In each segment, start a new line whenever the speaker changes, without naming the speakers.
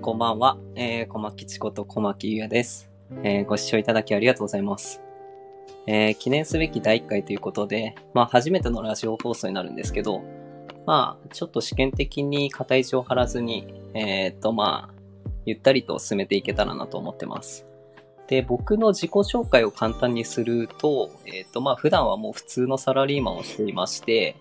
こんばんは。えー、小牧千子と小牧優也です、えーご視聴いただきありがとうございます。えー記念すべき第1回ということで、まあ、初めてのラジオ放送になるんですけど、まあ、ちょっと試験的に肩肘を張らずに、えーっと、まあ、ゆったりと進めていけたらなと思ってます。で、僕の自己紹介を簡単にすると、えーっと、まあ、普段はもう普通のサラリーマンをしていまして、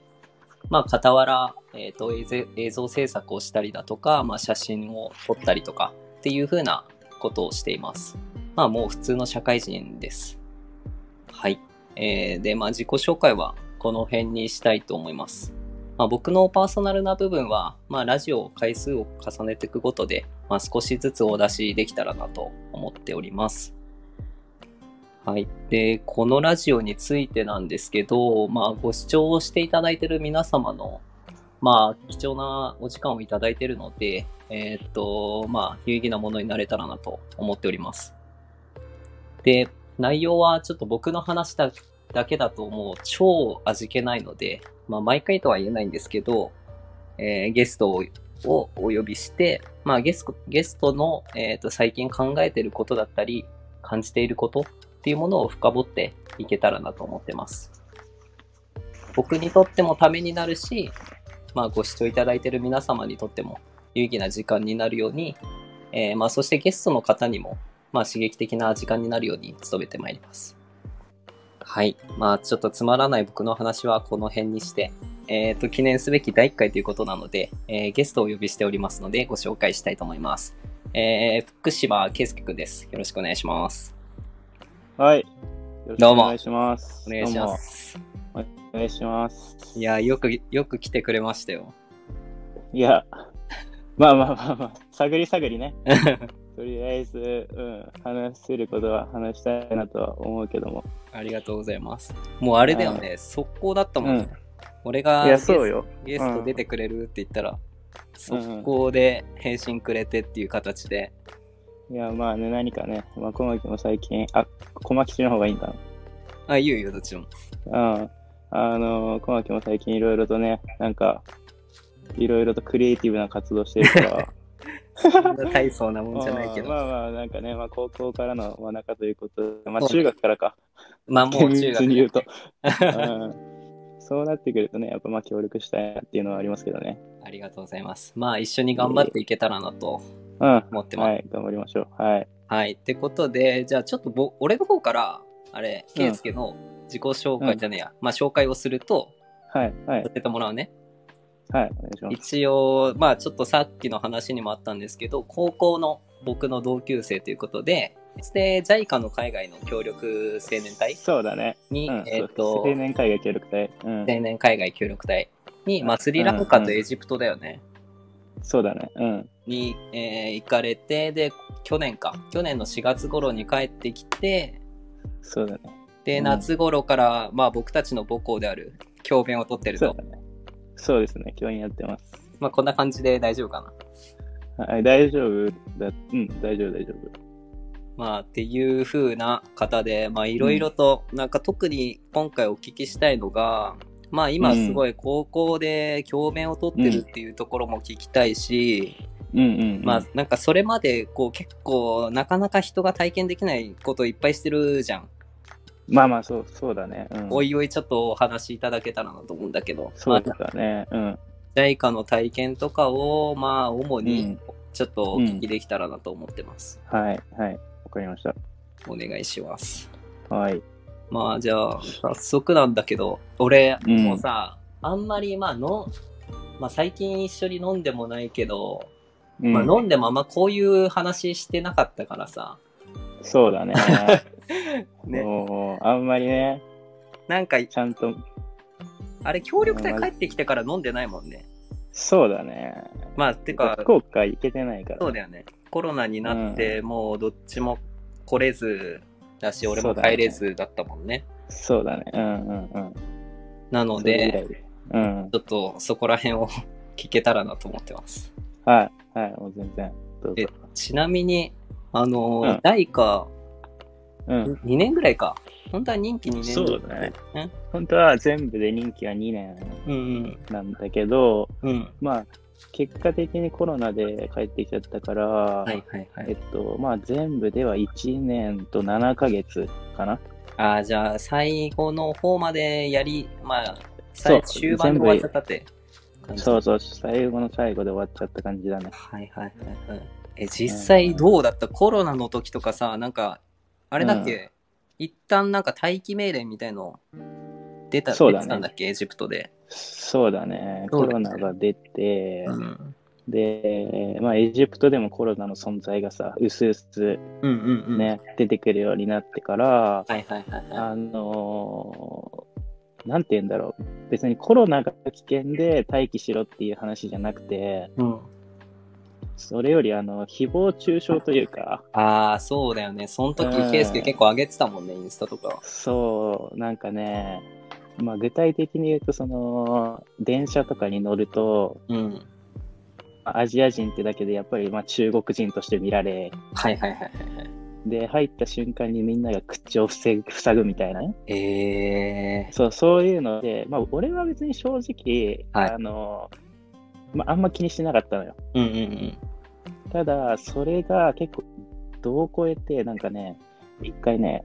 まあ、傍ら、えー、と映像映像制作をしたりだとか、まあ、写真を撮ったりとかっていう風なことをしています。まあ、もう普通の社会人です。はい。えーで、まあ、自己紹介はこの辺にしたいと思います。まあ、僕のパーソナルな部分は、まあ、ラジオ回数を重ねていくことで、まあ、少しずつお出しできたらなと思っております。はい。で、このラジオについてなんですけど、まあ、ご視聴していただいている皆様の、まあ、貴重なお時間をいただいているので、えーっと、まあ、有意義なものになれたらなと思っております。で、内容はちょっと僕の話だだけだともう超味気ないので、まあ、毎回とは言えないんですけど、えーゲストををお呼びして、まあ、ゲストゲストの、えーっと最近考えていることだったり、感じていることっていうものを深掘っていけたらなと思ってます。僕にとってもためになるし、まあ、ご視聴いただいている皆様にとっても有意義な時間になるように、えーまあ、そしてゲストの方にも、まあ、刺激的な時間になるように努めてまいります。はい。まあ、ちょっとつまらない僕の話はこの辺にして、えっ、と、記念すべき第1回ということなので、えーゲストをお呼びしておりますので、ご紹介したいと思います。えー福島圭介くんです。よろしくお願いします。
はい。よろしく
どう
お
も
願いします。
お願いし
どう
ま
も。
す。
お願いします。
いや、よく、よく来てくれましたよ。
いや、 まあまあまあまあ、探り探 りね。とりあえず、うん、話せることは話したいなとは思うけども。
ありがとうございます。もうあれだよね、速攻だったもんね。
うん
俺が
い
ゲ
や、
ス
そうよ。
ゲスト出てくれるって言ったら、
うん
速攻で返信くれてっていう形で、
いや、まあね、何かね、まあ、小牧も最近、あ、小牧市の方がいいんだ
あ、言うよ、どっち も。
な。うん。あの、小牧も最近いろいろとね、なんか、いろいろとクリエイティブな活動してるから。
そんな大層なもん じゃないけど。
まあまあまあ、なんかね、まあ高校からの真中ということで、まあ
そう
中学からか。
まあ、もう中
厳密
学
に 言う
で
と、うんそうなってくるとねやっぱまあ協力したいなっていうのはありますけどね
ありがとうございます。まあ、一緒に頑張っていけたらなと
うんは
思ってます。はい。
い頑張りましょうはい
ってことで、じゃあちょっとぼ俺の方から、あれ、
うん
圭介の自己紹介じゃねえや、まあ、紹介をすると、
はいはい
させてもらうね。
はいお願いします
一応まあちょっとさっきの話にもあったんですけど高校の僕の同級生ということでで JICA の海外の協力青年隊
そうだね、う
に、
ん
えっ、
そう
と
青年海外協力隊、うん、
青年海外協力隊に、まあ、
うん
スリランカとエジプトだよね、
そうだねうん
に、えー行かれてで去年か去年の4月頃に帰ってきて
そうだね
で
うん
夏頃から、まあ、僕たちの母校である教鞭を取ってる
そう
と
だ、ねそうですね教員やってます
まあ、こんな感じで大丈夫かな
はい大丈夫だうん大丈夫大丈
まあ、っていう風な方で、まあ、いろいろと、なんか特に今回お聞きしたいのが、まあ、今すごい高校で教鞭を取ってるっていうところも聞きたいし、
夫うんうん、うん、
まあ、なんかそれまで、こう、結構、なかなか人が体験できないことをいっぱいしてるじゃん。
まあまあそうそうだね、うん、
おいおい、ちょっとお話しいただけたらなと思うんだけど、
そうだねうん
まあ、JICA の体験とかを、まあ、主
う
に
ん、
ちょっとお聞きできたらなと思ってます。
はいはいわかりまし
お願いします。
たはい
まあじゃあ早速なんだけど俺
うん
もうさ、あんまりまあの、まあ、最近一緒に飲んでもないけど、
うん
まあ、飲んでもあんまこういう話してなかったからさ、
そうだね
ね
もうあんまりね
なんか
ちゃんと、
あれ協力隊帰ってきてから飲んでないもんね
そうだね。
まあてか
福岡行けてないから。
そうだよねコロナになってもうどっちも来れずだし俺も
そうだね
帰れずだったもんね
そうだね。うんうんうん。
なの
それ以
で
来で。うん。
ちょっとそこら辺を 聞けたらなと思ってます
はい。はい。もう全然。どうぞ
え。ちなみにあの
うん
代か
うん。
2年ぐらいか。本当は任期2年
そうだね。本当は全部で任期は2年
うん
なんだけど、
うん。うん。
まあ、結果的にコロナで帰ってきちゃったから、
はいはいは
え
い
っ。と、まあ全部では1年と7ヶ月かな。
ああ、じゃあ、最後の方までやり、まあ、
そう
最終盤で終わっちゃったって感じ。
そうそう、最後の最後で終わっちゃった感じだね。
はいはいはいはい。え、実際どうだったコロナの時とかさ、なんか、あれだっけ、一旦なんか待機命令みたいの出た
そうだね
出てたんだっけエジプトで。
そうだね、
そ
コ
うだ
ロ
ね
ナが出て、
うん。
で、まあエジプトでもコロナの存在がさ、うすうす
うんうんうん。。
ね、出てくるようになってから、
はいはいはいはい。
あのーなんて言うんだろう。別にコロナが危険で待機しろっていう話じゃなくて、
うん、
それよりあの、誹謗中傷というか、
ああ、そうだよね。その時
う、ん
ケイスケ結構上げてたもんね、インスタとか。
そう、なんかね、まあ、具体的に言うと、その、電車とかに乗ると、
うん。
アジア人ってだけで、やっぱりまあ中国人として見られ、
はいはいはいはいはい。
で、入った瞬間にみんなが口を塞ぐ塞ぐみたいなね。
え
そう、そういうので、まあ、俺は別に正直、
はい
あの、まあ、あんま気にしてなかったのよ。
ー。うんうんうん。
ただ、それが結構、度を超えて、なんかね、一回ね、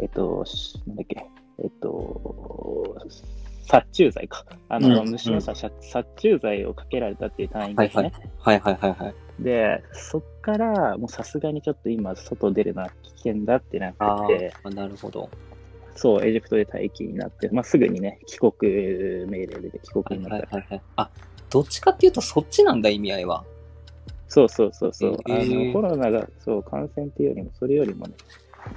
えっと、しなんだっけ、えっと、殺虫剤か。あの、
うん
虫のさ、殺殺虫剤をかけられたっていう単位
は
で
い
すね。
はい。はいはいはいはい。
で、そっから、もうさすがにちょっと今、外出るのは危険だってな
あ
って、
あ、なるほど。
そう、エジプトで待機になって、まあ、すぐにね、帰国命令で帰
は
国
い
に
は
なっ
い
た。
はいはい。あ、どっちかっていうとそっちなんだ、意味合いは。
そうそうそうそう、
えー
あの、コロナが、そう、感染っていうよりも、それよりもね、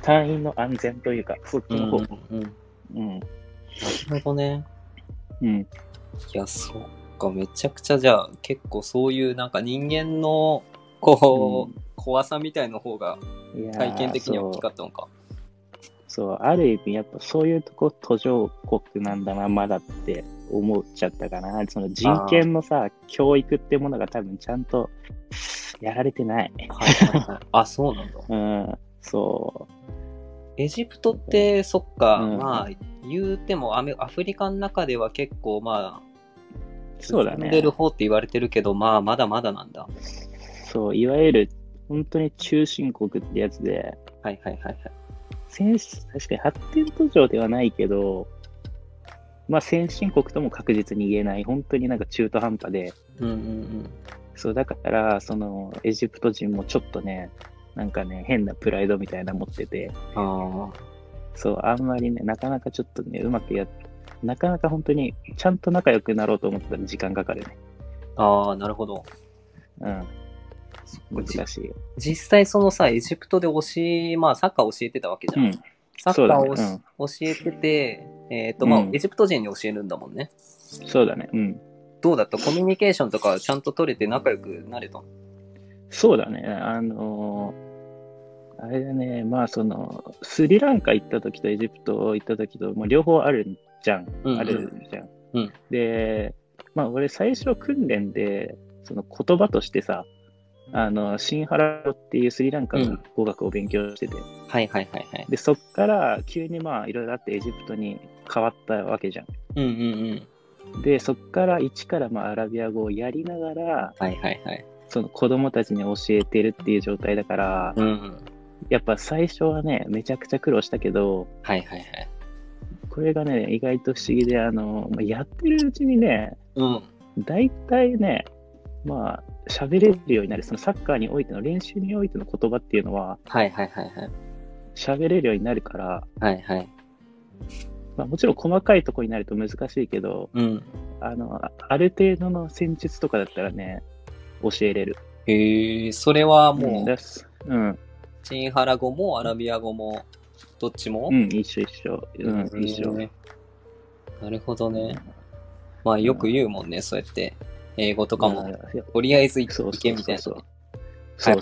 隊員の安全というか、そっちの方、
うん。な
うん。
るほどね。
うん。
いや、そっか、めちゃくちゃじゃあ、結構そういうなんか人間の、こう、怖さみたいの方が
いやー
体験的には大きかったのか。
そうそう、ある意味、やっぱそういうとこ、途上国なんだな、まだって思っちゃったかな。その人権のさ、教育ってものが多分ちゃんとやられてない。
はいはいはい。あ、そうなんだ。
うん、そ
エジプトって、そっか、
うん
まあ、言うてもアメ、アフリカの中では結構、まあ、
う、そうだ
進んで
ね
る。方って言われてるけど、まあ、まだまだなんだ。
そう、いわゆる、本当に中心国ってやつで、
はいはいはいはい。
先確かに発展途上ではないけど、まあ先進国とも確実に言えない、本当になんか中途半端で、
うんうんうん。
そう、だから、その、エジプト人もちょっとね、なんかね、変なプライドみたいなの持ってて、
あ
そう、あんまりね、なかなかちょっとね、うまくやっなかなか本当に、ちゃんと仲良くなろうと思ったら時間かかるね。
あ、ああ、なるほど。
うん、難
じ
しい。
実際そのさ、エジプトで教え、まあサッカー教えてたわけじ
う
ゃん。
ん、
サッカーを
そうだね
教えてて、えっ、と、まあ、
うん
エジプト人に教えるんだもんね。
そうだね。うん。
どうだったコミュニケーションとかちゃんと取れて仲良くなれたの
そうだね。あのーあれだね、まあその、スリランカ行った時とエジプト行った時と、もう両方あるじゃん。
うんうん
あるじゃん。
うん
で、まあ俺最初訓練で、その言葉としてさ、あの、シンハラ語っていうスリランカの語学を勉強してて、
はいはいはいはい。
で、そっから急にまあいろいろあってエジプトに変わったわけじゃ
うんうんうん。
ん。で、そっから一からまあアラビア語をやりながら、
はいはいはい。
その子供たちに教えてるっていう状態だから、
うんうん。
やっぱ最初はね、めちゃくちゃ苦労したけど、
はいはいはい。
これがね、意外と不思議で、あの、まあ、やってるうちにね、
うん。
大体ね、まあ、喋れるようになる、そのサッカーにおいての練習においての言葉っていうのは、
はいはいはいはい。
喋れるようになるから、
はいはい。
まあ、もちろん細かいとこになると難しいけど、
うん。
あの、あある程度の戦術とかだったらね、教えれる。
へえそれは
うん
もう、
だすうん、
チンハラ語もアラビア語も、どっちも
うん、一緒一緒。うん、一緒。
ね。なるほどね。まあよく言うもんね、そうやって。英語とかも。
まあいや
とりあえず行
そう
け
そう
みた
そ
いうな。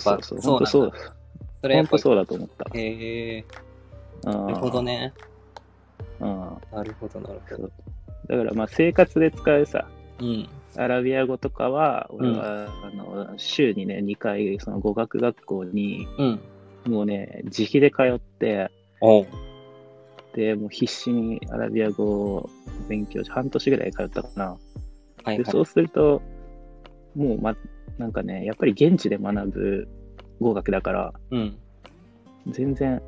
そ。
そう
そうそうそう。
やっ
本
ぱ
当
そ
そうう
なんれやっぱ
だ。本当そうだと思った。
へえ
な
なるほど。ね。
うん
なるほど、なるほ
そ
ど。
うだからまあ生活で使うさ、
うん。
アラビア語とかは、俺は、あの週にね、2回、その語学学校に、
うん。
もうね、自費で通って、
おう
で、もう必死にアラビア語を勉強し、半年ぐらい通ったかな。
はい
で
は
そ。
いう
すると、もう、ま、なんかね、やっぱり現地で学ぶ語学だから、
うん。
全然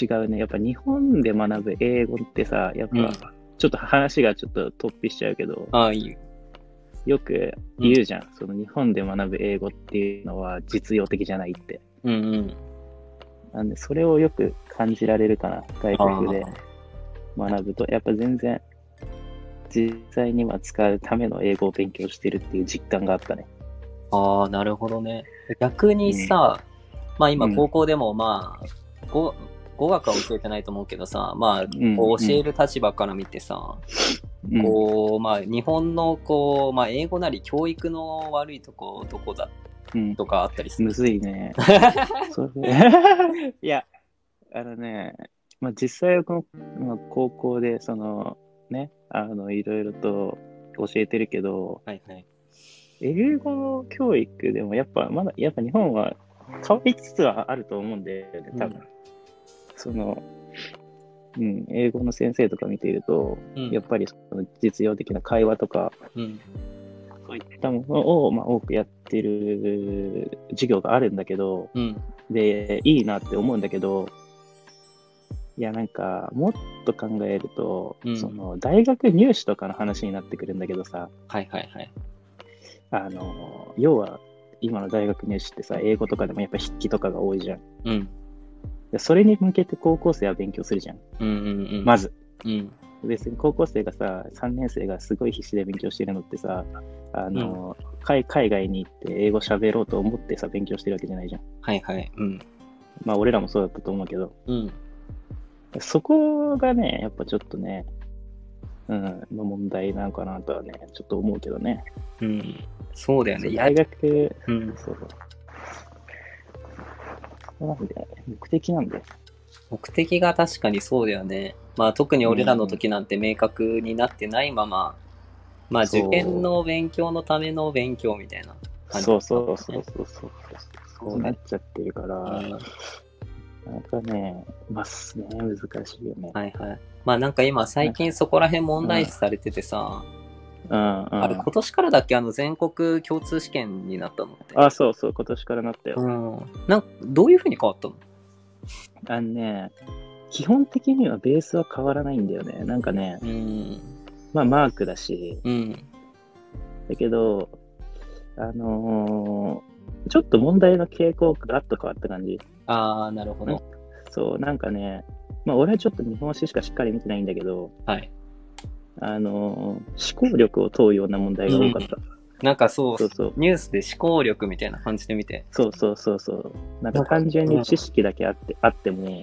違うね。やっぱ日本で学ぶ英語ってさ、やっ
うん
ぱ、ちょっと話がちょっと突飛しちゃうけど、
ああ、いいよ。
よく言うじゃん。その日本で学ぶ英語っていうのは実用的じゃないって。
うんうん。
なんで、それをよく感じられるかな、外国で
あー
学ぶと。やっぱ全然、実際には使うための英語を勉強してるっていう実感があったね。
ああ、なるほどね。逆にさ、まあ今高校でもまあ、語語学は教えてないと思うけどさ、まあ、
うん
こう教える立場から見てさ、
うん
こう、まあ日本のこう、まあ英語なり教育の悪いとこ、どこだ
うん
とかあったりする。
むずいね。それ いや、あのね、まあ、実際はこの、まあ、高校で、その、ね、あの、いろいろと教えてるけど、
はいはい。
英語の教育でもやっぱ、まだ、やっぱ日本は変わりつつはあると思うんで、多分、
うん
その、うん、英語の先生とか見ていると、
うん
やっぱりその実用的な会話とか、
うん。
そういったものを、まあ、多くやってる授業があるんだけど、
うん。
で、いいなって思うんだけど、いや、なんか、もっと考えると、
うん
その、大学入試とかの話になってくるんだけどさ、
はいはいはい。
あの、要は、今の大学入試ってさ、英語とかでもやっぱ筆記とかが多いじゃん。
うん。
でそれに向けて高校生は勉強するじゃん。
うんうんうん。
まず。
うん。
別に高校生がさ、3年生がすごい必死で勉強してるのってさ、あの、海海外に行って英語喋ろうと思ってさ、勉強してるわけじゃないじゃん。
はいはい。うん。
まあ、俺らもそうだったと思うけど。
うん。
そこがね、やっぱちょっとね、うん、の問題なのかなとはね、ちょっと思うけどね。
うん。そうだよね。
そう
いや
大、学、
うん。
そうそう。そうなんだよね。目的なんだよ。
目的が確かにそうだよね。まあ特に俺らの時なんて明確になってないまま、まあ
そう
受験の勉強のための勉強みたいな感じ
そうそうそうそうそう。そうなっちゃってるか
うん
ら、
は
なんかね、まあすね、難しいよね。
いはい。まあなんか今最近そこら辺問題視されててさ、
うんうん。
あれ今年からだっけあの全国共通試験になったのって。
あ、そうそう、今年からなったよ。
うん。なんかどういうふうに変わったの
あのね、基本的にはベースは変わらないんだよね。なんかね、
うん。
まあマークだし、
うん。
だけど、あのーちょっと問題の傾向がガラッと変わった感じ。
ああ、なるほど。
そう、なんかね、まあ俺はちょっと日本史しかしっかり見てないんだけど、
はい。
あのー思考力を問うような問題が多かった。
なんかそう、
そうそう
ニュースで思考力みたいな感じで見て。
そうそうそうそう。なんか単純に知識だけあってあっても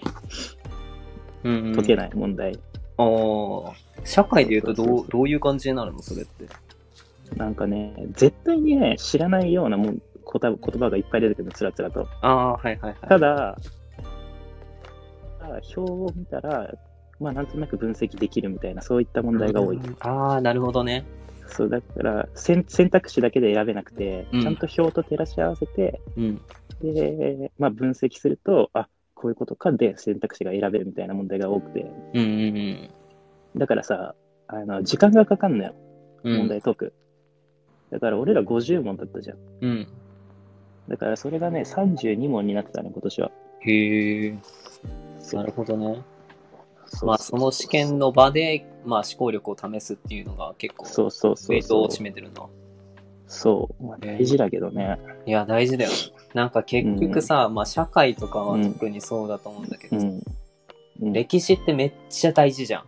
うん、うん。
解けない問題。
ああ、社会で言うと
そ
ど
うそううそう
どういう感じになるのそれって。
なんかね、絶対にね、知らないようなもん言葉言葉がいっぱい出てくるの、つらつらと。
ああ、はいはいはい。
ただ、ただ表を見たら、まあなんとなく分析できるみたいな、そういった問題が多い。
うん。ああ、なるほどね。
そうだから選選択肢だけで選べなくて、
うん
ちゃんと表と照らし合わせて
うん。
で、まあ、分析するとあこういうことかで選択肢が選べるみたいな問題が多くて
うんうん
だからさあの時間がかかんのよ
うん。
問題解く、だから俺ら50問だったじゃん
うん。うん。
だからそれがね32問になってたね今年は
へえ、
そう
なるほどね。
そう
まあ、その試験の場で、まあ、思考力を試すっていうのが結構、
そうそう
ウ
そ
ェ
う
イト
そ
を
う
占めてるの。
そう、まあ、大事だけどね、
いや、大事だよ。なんか結局さ、まあ、社会とかは特にそうだと思うんだけど、
うんうん、
歴史ってめっちゃ大事じゃん。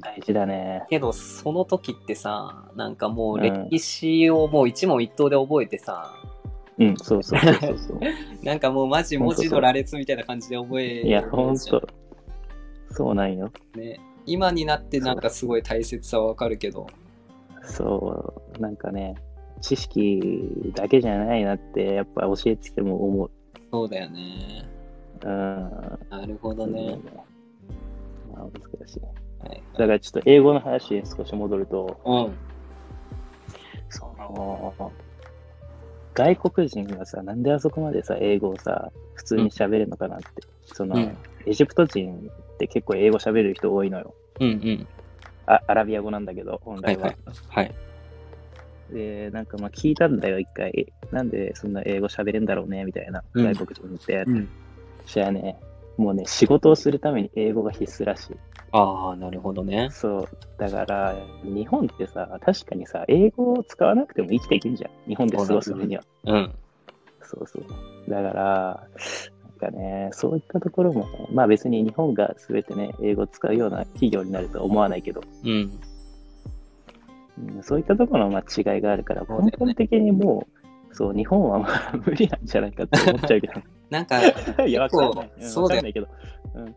大事だね
けどその時ってさなんかもう
うん
歴史をもう一問一答で覚えてさ、
うんそうそうそうそう そう
なんかもうマジ文字の羅列みたいな感じで覚え
いや、ほんと。そうなんよ。
ね今になってなんかすごい大切さはわかるけど
そう、なんかね、知識だけじゃないなって、やっぱ教えてても思う。
そうだよね
うん。
なるほどね、
まあ、難しい。
はい
だからちょっと英語の話に少し戻ると、
うん
その、外国人がさ、なんであそこまでさ、英語をさ、普通に喋れるのかなって。その、
うん
エジプト人って結構英語喋る人多いのよ。
うんうん
あアラビア語なんだけど、本
はい
来は。
はいはい
で、なんかまあ聞いたんだよ、一回。なんでそんな英語喋れんだろうね、みたいな。
うん
外国人にって。
うん。
じゃあね、もうね、仕事をするために英語が必須らしい。
ああ、なるほどね。
そう。だから、日本ってさ、確かにさ、英語を使わなくても生きていけんじゃん。日本で過ごす分には。
うん。
そうそう。だから、なんかね、そういったところもね、まあ別に日本が全てね、英語を使うような企業になるとは思わないけど、
うん。
うん、そういったところのまあ違いがあるから、
そうだよね
根本的にもう、そう、日本はまあ無理なんじゃないかって思っちゃうけ
なんか、
ど、いや、わかんない。ん
そうだよ
わかんないけど、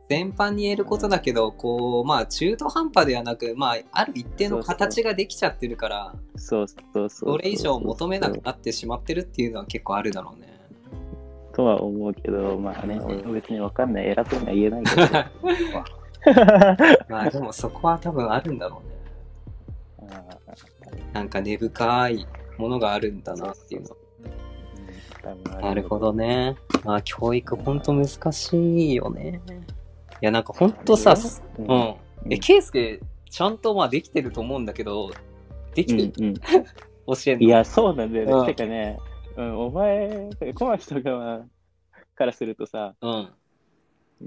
全般に言えることだけど、こう、まあ、中途半端ではなく、まあ、ある一定の形ができちゃってるから、
そうそうそうそう。
それ以上求めなくなってしまってるっていうのは結構あるだろうね。
とは思うけど、まあね、俺も別にわかんない、偉そうには言えないけ
まあ、でもそこは多分あるんだろうね。
ど。あー
なんか根深いものがあるんだなっていうの。
うん多分あ
なるほどね。まあ、教育ほんと難しいよね。いや、なんかほんとさ、
う
うんん。え、ケイスケ、ちゃんとまあできてると思うんだけど、できてる、
うんうん
教えんの
いや、そうなんだよね。
うん
てかね、うん、お前、小牧とかはからするとさ、
うん。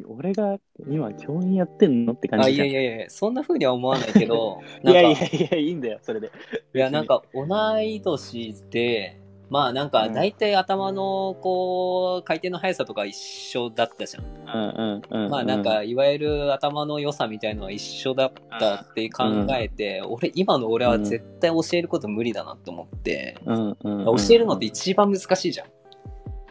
俺が今教員やってんのって感
あ、
じ
い
じゃ
や
ん。
い
い
やいや、そんな風には思わないけ ど、なんか、
やいや
い
いや、いいんだよ、それで。
や、なんか同い年で、まあなんか
うん
大体頭のこう回転の速さとか一緒だったじゃん。
うんうんうんうん。
まあなんかいわゆる頭の良さみたいのは一緒だったって考えて、俺今の俺は絶対教えること無理だなと思って、
うんうんうん、
教えるのって一番難しいじゃん、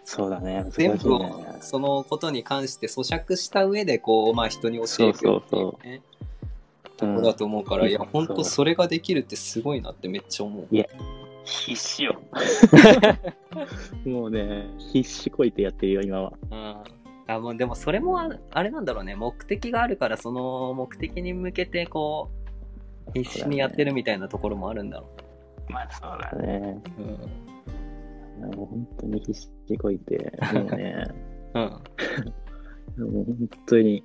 そうだね、難しい
全
ね
部をそのことに関して咀嚼した上でこうまあ人に教えるっていう,、ね、
そうそうう
と
ん
こだと思うから、いや
うん
本当それができるってすごいなってめっちゃ思う
必死 よ。もうね、必死こいてやってるよ、今は。
うんあもうでもそれもああれなんだろうね目的があるからその目的に向けてこう必死にやってるみたいなところもあるんだろ
まあそうだね。
う、うん
もう本当に必死こいて、もうね。
うん、
もう本当に、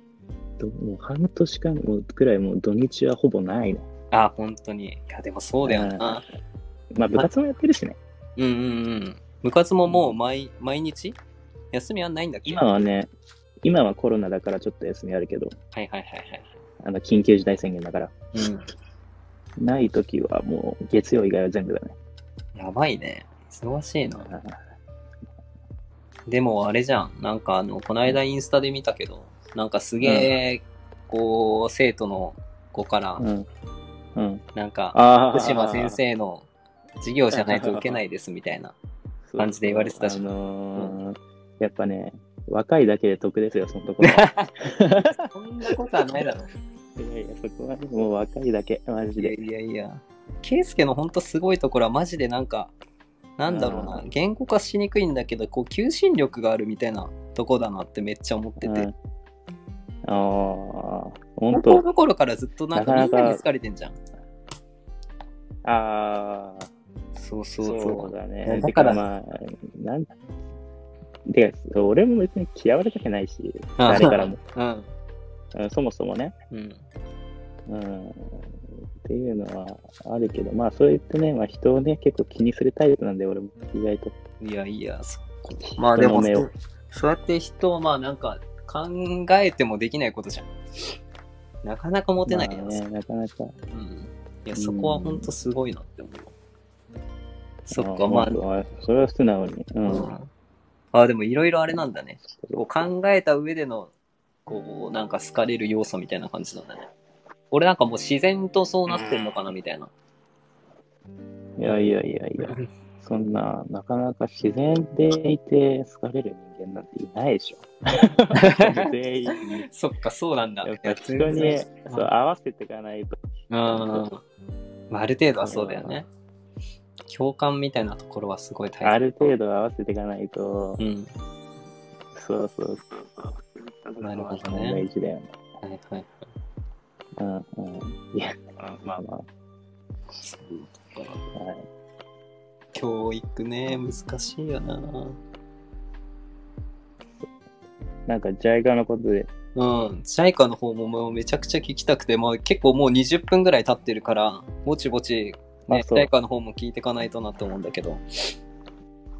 どもう半年間もくらいもう土日はほぼないね。
あ本当にいやでもそうだよな、
まあ部活もやってるしね。
うんうんうん部活ももう毎毎日休みはないんだっけ
今はね、今はコロナだからちょっと休みあるけど、
はいはいはい
あの緊急事態宣言だから、
はい、うん
ない時はもう月曜以外は全部だね。
やばいね。忙しいな。でもあれじゃん。なんかあの、この間インスタで見たけど、なんかすげえ、こう、生徒の子から
う、ん。うん。
なんか、
あ
福島先生の授業じゃないと受けないですみたいな。
生
感じで言われてたし
あのーやっぱね、若いだけで得ですよ、そのところは。
そんなことはないだろ。
いやいや、そこはもう若 いだけ、マジ
いや
で。
いやいや。ケイスケのほんとすごいところはマジでなんか、なんだろうな、
う
言語化しにくいんだけど、こう、求心力があるみたいなとこだなってめっちゃ思って
うん、
て
あ。あ、本
高
当
校。の頃からずっとなんかみ
なんかな
な
か
に好かれてんじゃん。
ああ、
そうそ
そう
そうう。
だ
う
ね
ん。
だ
だか
か
ら
らまあ、なんで、俺も別に嫌われたくないし、
あ
誰からも。
うん。
うんそもそもね、
うん。
うん。っていうのはあるけど、まあそう言ってね、まあ、人をね、結構気にするタイプなんで、俺も意外と。
いやいや、そまあでも
人
そ
の目を
う、そうやって人をまあなんか考えてもできないことじゃん。なかなか持てないや
まあ
つ。
ね、なかなか。
うん。いや、そこはほんとすごいなって思う。そっ
う
か、
ん
まあ、
それは素直に。う。
うんん。あ、でもいろいろあれなんだね。こう考えた上での、こう、なんか好かれる要素みたいな感じなんだね。俺なんかもう自然とそうなってんのかなみたいな。
いやいやいやいや、そんな、なかなか自然でいて好かれる人間なんていないでし ょ。全員。
そっか、そうなんだ。
やっぱ人にそう合わせていかないと。
うん。まあ、ある程度はそうだよね。共感みたいなところはすごい大切。
ある程度合わせていかないと
う、ん。
そうそうそう。
なるほどね
大事だよね。
はいはい。
うんうん。いや、まあまあ。はい、
教育ね、難しいよな。
なんか、ジャイカのことで、
うん。ジャイカの方ももうめちゃくちゃ聞きたくて、もう結構もう20分ぐらい経ってるから、ぼちぼちね、
あそう
JICA の方も聞いていかないとなと思うんだけど。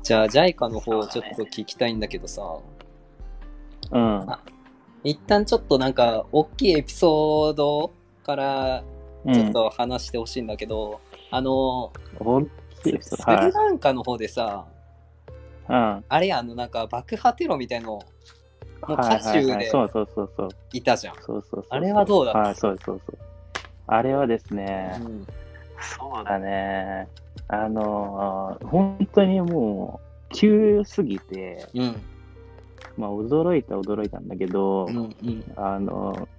じゃあ、JICA の方をちょっと聞きたいんだけどさ、
うん。
一旦ちょっとなんか、大きいエピソードから
うん
ちょっと話してほしいんだけど、あの、
本
ス
当に
リ
そうはい
ランカの方でさ、
うん。
あれや、あの、なんか爆破テロみたいのもう
はい
歌手
はいはい
で
そうそうそうそう。
いたじゃん。
そうそうそう
あれはどうだった
はい、そうそうそう。あれはですね、
うん
そうだね。あのー、本当にもう、急すぎて、
うん。
まあ、驚いた驚いたんだけど、
うん。うん。
あの、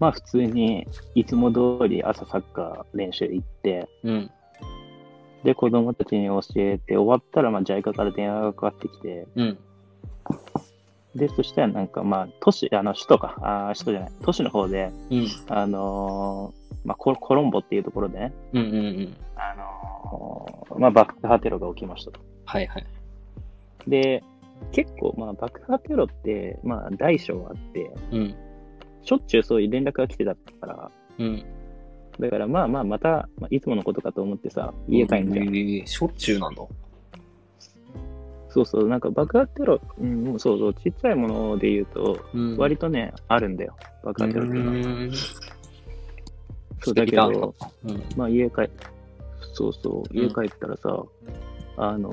まあ普通にいつも通り朝サッカー練習行って、
うん。
で子供たちに教えて終わったらまあ JICA から電話がかかってきて、
うん。
で、そしたらなんかまあ都市、あの首都か、あー首都じゃない、都市の方で、
うん。
あのーまあココロンボっていうところでね、
うん。うん。うん。
あのーまあ爆破テロが起きましたと。
はいはい。
で、結構まあ爆破テロってまあ大小あって、
うん。
しょっちゅうそういう連絡が来てたから、
うん。
だからまあまあまた、まあ、いつものことかと思ってさ、家帰んじゃん。
えーしょっちゅうなんだ。
そうそう、なんか爆破テロ、うん、もうそうそう、ちっちゃいもので言うと、
うん
割とね、あるんだよ、爆破テロっていうのは。
うん
そうだ
ス
け
リラン
ど、
カうん。
まあ家帰、そうそう、
うん
家帰ったらさ、あの、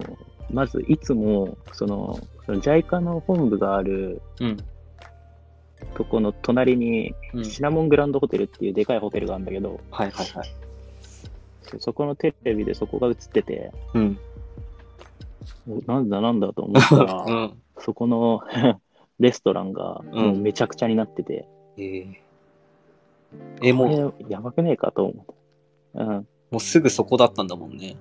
まずいつも、その、その JICA の本部がある
うん。
とこの隣に、
うん。
シナモングランドホテルっていうでかいホテルがあるんだけど、
はいはいはい。
そそこのテレビでそこが映ってて、
うん。
おなんだなんだと思った ら、
うん。
そこの レストランがもうめちゃくちゃになってて、
えーえ、もう、
これやばくねえかと思った。うん。
もうすぐそこだったんだもんね。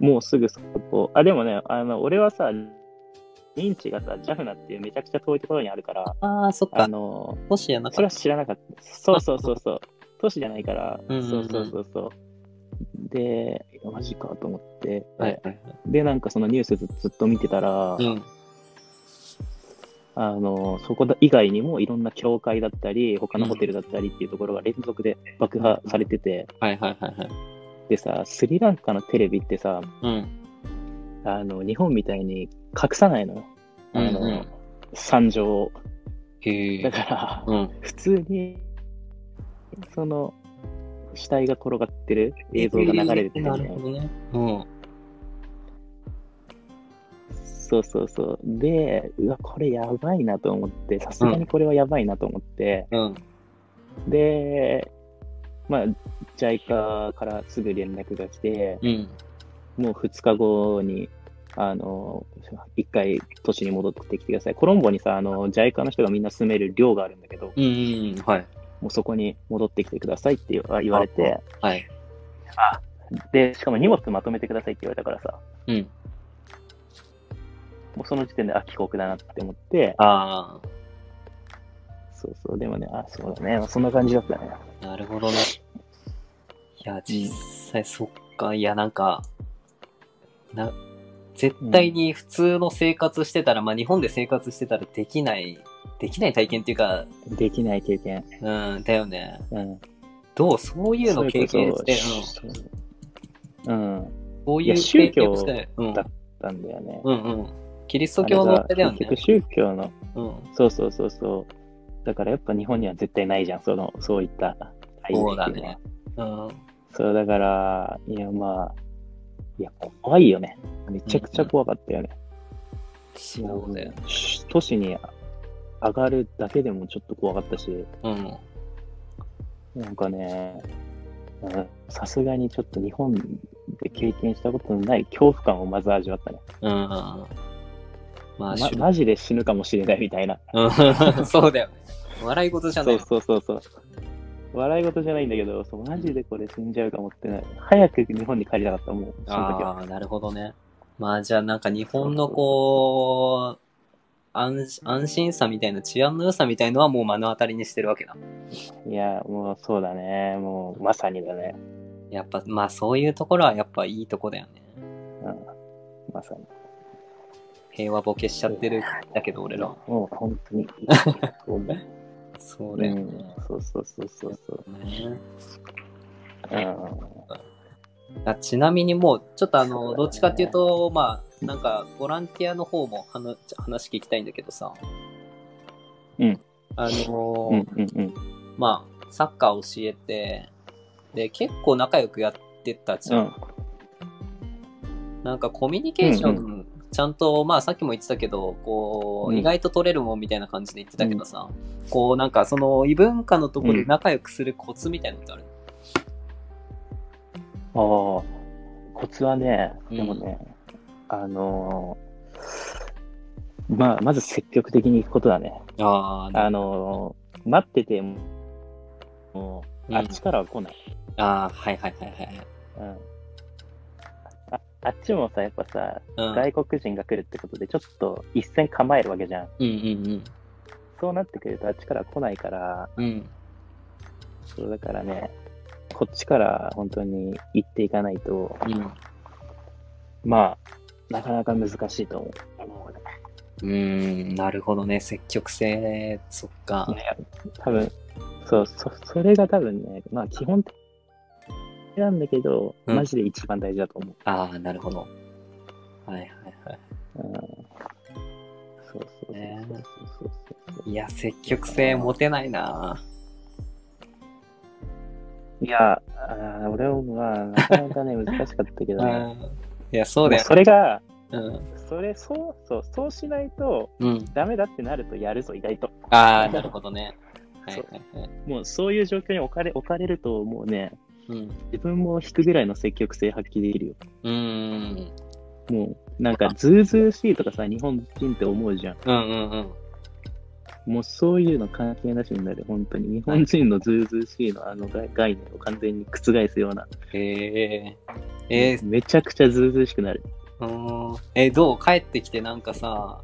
もうすぐそこ。あ、でもね、あの、俺はさ、認知がさ、ジャフナっていうめちゃくちゃ遠いところにあるから、
ああ、そっ
あ
か。
の、
もしやな
それ
かっ
は知らなかった。そうそうそうそう。都市じゃないから、
うんうんうん
そうそうそうそう。で、マジかと思って、
た。はいはい
で、なんかそのニュースずずっと見てたら、
はい。うん。
あの、そこだ以外にもいろんな教会だったり、他のホテルだったりっていうところが連続で爆破されてて、
はいはいはいはい。
でさ、スリランカのテレビってさ、
うん。
あの、日本みたいに隠さないのよ。あ
うん
の、
うん。
惨状を。
へ
だ
え。
から、
うん。
普通に、その、死体が転がってる映像が流れてる
なる
みたいな
ほ。どね。うん。
そうそうそう。で、うわ、これやばいなと思って、さすがにこれはやばいなと思って、
うん。
で、まあ、JICA からすぐ連絡が来て、
うん。
もう2日後に、あの、一回都市に戻ってきてください。コロンボにさ、あの、JICA の人がみんな住める寮があるんだけど、
うんうん。はい。
もうそこに戻ってきてくださいって言わ言われて、
はい。
で、しかも荷物まとめてくださいって言われたからさ、
うん。
もうその時点で、あ、帰国だなって思って、
あ
そうそう、でもね、あ、そうだね、そんな感じだったね。
あ、なるほどね。いや、実際そっか。いや、なんか、な、絶対に普通の生活してたら、まあ日本で生活してたらできない、できない体験っていうか、
できない経験。
うん、だよね。
うん。
どうそういうの経験して、
それ
うん。
こそうん。
そう
い
いう
や
経験
宗教
して、うん。
だなんだよね。
うんうん。キリスト教のあれだよ
あ
ね
れが。結局宗教の、
うん。
そうそうそうそう。だからやっぱ日本には絶対ないじゃん、その、そういった体験
そうだ
っていのは
ね。。うん。
そう、だから、いや、まあ、いや、怖いよね。めちゃくちゃ怖かったよね。
そうだよ。
し都市に上がるだけでもちょっと怖かったし、
うん。
なんかね、うんさすがにちょっと日本で経験したことのない恐怖感をまず味わったね。
うん。まあ、
ま
しゅ
マジで死ぬかもしれないみたいな。
うん、 そうだよね。笑い事じゃな
そう
い。
そうそうそう。笑い事じゃないんだけど、そうマジでこれ死んじゃうかもってない。早く日本に帰りたかった、もう、その時は。
ああ、なるほどね。まあ、じゃあなんか日本のこう、安安心さみたいな治安の良さみたいのはもう目の当たりにしてるわけだ。
いや、もうそうだね。もうまさにだね。
やっぱ、まあそういうところはやっぱいいとこだよね。
まさに。
平和ボケしちゃってるんだけど俺ら。
もう本当に。
そううだよ
ん
ね。
そうそうそうそうそう。
ね
うん
あちなみにもう、ちょっとあの、
そうだね
どっちかっていうと、まあ、なんか、ボランティアの方も話話聞きたいんだけどさ。
うん。
あのー
うんうんうん。
まあ、サッカー教えて、で、結構仲良くやってたじ
う
ゃん。
ん。
なんかコミュニケーション、
うんう
ちゃんと、まあさっきも言ってたけど、こう、
うん
意外と取れるもんみたいな感じで言ってたけどさ、こうなんかその異文化のところで仲良くするコツみたいなのってある、
ああ、コツはね、
うん
でもね、あのーまあ、まず積極的に行くことだね。
あー
あのー待ってても、も
う
う、
ん
あっちからは来ない。
あー、はいはいはいはい。
うん。ああっちもさ、やっぱさ、
うん、
外国人が来るってことで、ちょっと一線構えるわけじゃん。
うんうん
そうなってくると、あっちから来ないから、
うん。うん。
そうだからね、こっちから本当に行っていかないと、
うん
まあ、なかなか難しいと思う。思うね
うーん、なるほどね。積極性、そっか。
多分そうそそれが多分ねまあ基本的なんだけど、
うん
マジで一番大事だと思
ああ、なるほど。はいはいは
う、うん、そうそうそうそう
ね
そうそうそう
い。いや、積極性持てないな。
いやあー俺はなかなか ね難しかったけど、
う
ね、
ん。いや、そうだよ
それが
ね。
それそうそうそうしないと
うん。うん。
ダメだってなるとやるぞ意外と
ああ、なるほどね。はいはいはい。
もうそういう状況に置かれ置かれるともうね
うん。
自分も引くぐらいの積極性発揮できるよ
うーん。
もうなんかズうずうしいとかさ日本人って思うじゃん
うんうんうん。
もうそういうの関係なしになる、本当に。日本人のズうずうしいのあの概概念を完全に覆すような、
へえ。えー、
めちゃくちゃズうずうしくなる。
うーん。えどう帰ってきてなんかさ、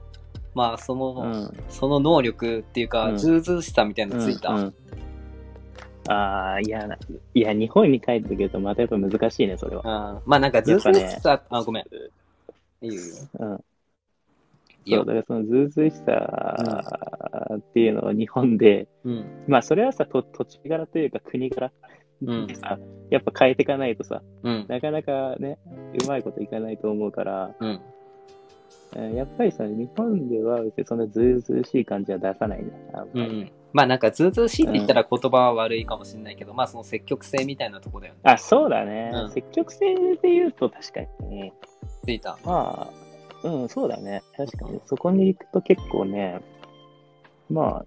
まあ、その、
うん
その能力っていうか、
うん
ずうずうしさみたいなのついた。
うんうんああ、いや、いや、日本に帰ってくるとまたやっぱ難しいね、それは。
うんまあなんかずうずうしさ、あ、ごめん。いいよいいよ。
うん、そう
いいよ
だからそのズうずうしさっていうのを日本で、
うん。
まあそれはさと土地柄というか国柄
うん
でさ、やっぱ変えていかないとさ
うん。
なかなかねうまいこといかないと思うから、
うん。
えーやっぱりさ、日本では別にそんなずうずうしい感じは出さないね。あん
う
まり
ん。まあなんかずうずうしいって言ったら言葉は悪いかもしれないけど、まあその積極性みたいなとこだよね。
あ、そうだね。
うん
積極性で言うと確かに、
ついた。
まあ、うん、そうだね。確かに。そこに行くと結構ね、ま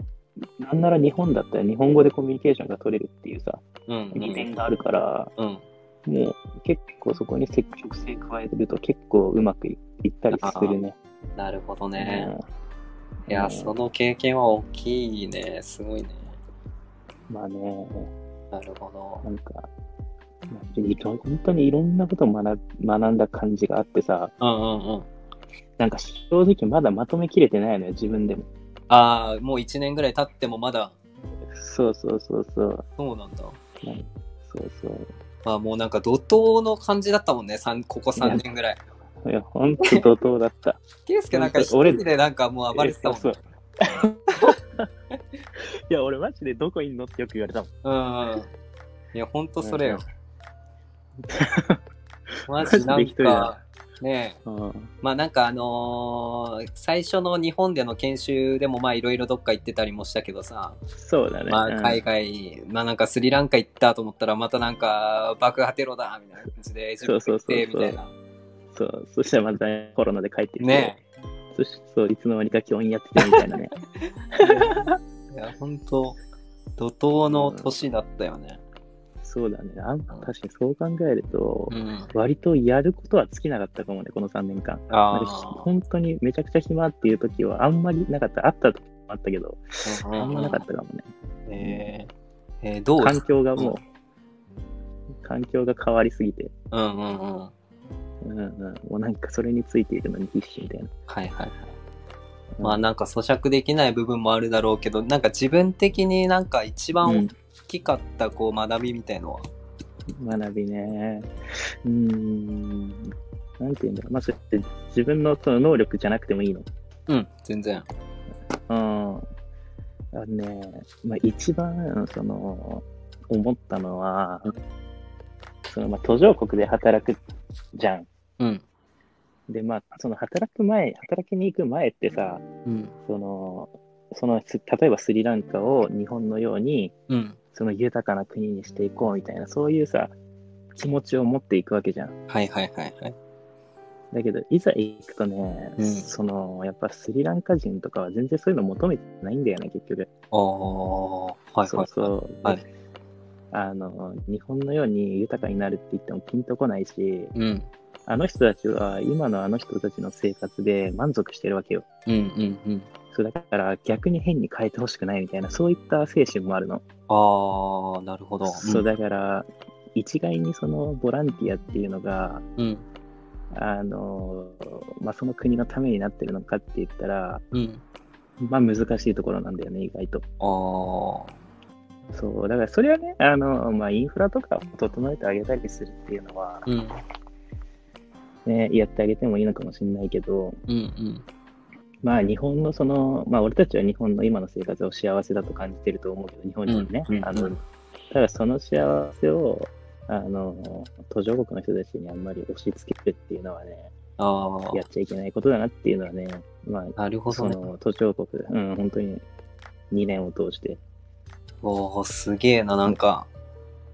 あ、なんなら日本だったら日本語でコミュニケーションが取れるっていうさ、
うん。
利点があるから、
うん。
もう結構そこに積極性加えてると結構うまくいいったりするね。
なるほどね。
うん
いや、
うん
その経験は大きいね。すごいね。
まあね、
なるほど。
なんか、いろ本当にいろんなことを学学んだ感じがあってさ、
うんうんうん。
なんか正直まだまとめきれてないのよ、自分でも。
ああ、もう1年ぐらい経ってもまだ、
そうそうそうそう。
そうなんだ。
なんそうそう。
まあもうなんか怒涛の感じだったもんね。さんここ3年ぐらい。
いや、ほんと怒涛だった。
ケイスケなんか一
俺
人でなんかもう 暴れてたもん
そう
ね。
そう いや、俺マジでどこいんのってよく言われたもん。
うんうん。いや、ほんとそれよ。マ
マ
ジ
ジ
な
で
ん
一人だ
か、ねえ。
うん
まあなんかあのー最初の日本での研修でもまあいろいろどっか行ってたりもしたけどさ、
そうだね。
まあ
うん
海外、まあなんかスリランカ行ったと思ったらまたなんか爆破テロだみたいな感じでエジプト行ってみたいな。
そう、そしたらまたコロナで帰ってきて、
ね
そしそう、いつの間にか教員やっててみたい なね。
え。いや本当怒涛の年だったよね。
そうだね。あん確かにそう考えると、
うん。
割とやることは尽きなかったかもね、この3年間。
あ
なんかひ本当にめちゃくちゃ暇っていう時はあんまりなかった。あった時もあったけど、
あ。
あんまなかったかもね。
えーえーどう
環境がもう、環境が変わりすぎて、
うんうんうん。はい
うんうん、もうなんかそれについているのに必死みたいな。
はいはい。まあなんか咀嚼できない部分もあるだろうけど、なんか自分的になんか一番
うん
大きかったこう学びみたいのは。
学びね。うーん。なんて言うんだろう。まあ、それって自分のその能力じゃなくてもいいの。
うん、全然。
うん。あのね、まあ、一番、その、思ったのは、そのまあ途上国で働くじゃん。
うん。
で、まあ、その働く前、働きに行く前ってさ、
うん。
その、そのす例えばスリランカを日本のように、
うん。
その豊かな国にしていこうみたいな、そういうさ、気持ちを持っていくわけじゃん。
はいはいはいはい。
だけど、いざ行くとね、
うん
その、やっぱスリランカ人とかは全然そういうの求めてないんだよね、結局。
ああ、はい
そ
は
う
い。
そう。
はい
あの、日本のように豊かになるって言ってもピンとこないし、
うん。
あの人たちは今のあの人たちの生活で満足してるわけよ。
うんうんうん。
そうだから逆に変に変えてほしくないみたいな、そういった精神もあるの。
ああ、なるほど。
そうだから、一概にそのボランティアっていうのが、
うん。
あの、まあ、その国のためになってるのかって言ったら、
うん。
まあ難しいところなんだよね、意外と。
ああ、
そう、だからそれはね、あの、まあインフラとかを整えてあげたりするっていうのは、
うん。
ね、やってあげてもいいのかもしれないけど、
うんうん。
まあ日本のその、まあ俺たちは日本の今の生活を幸せだと感じてると思うけど、日本人ね。
うんうん
あ
う
の
ん
ただその幸せを、あの、途上国の人たちにあんまり押し付けるっていうのはね、
あ
やっちゃいけないことだなっていうのはね、ま
あ、なる
あ、
ほ
そ
どね。
の途上国、うん、本当に2年を通して。
おお、すげえな、なんか。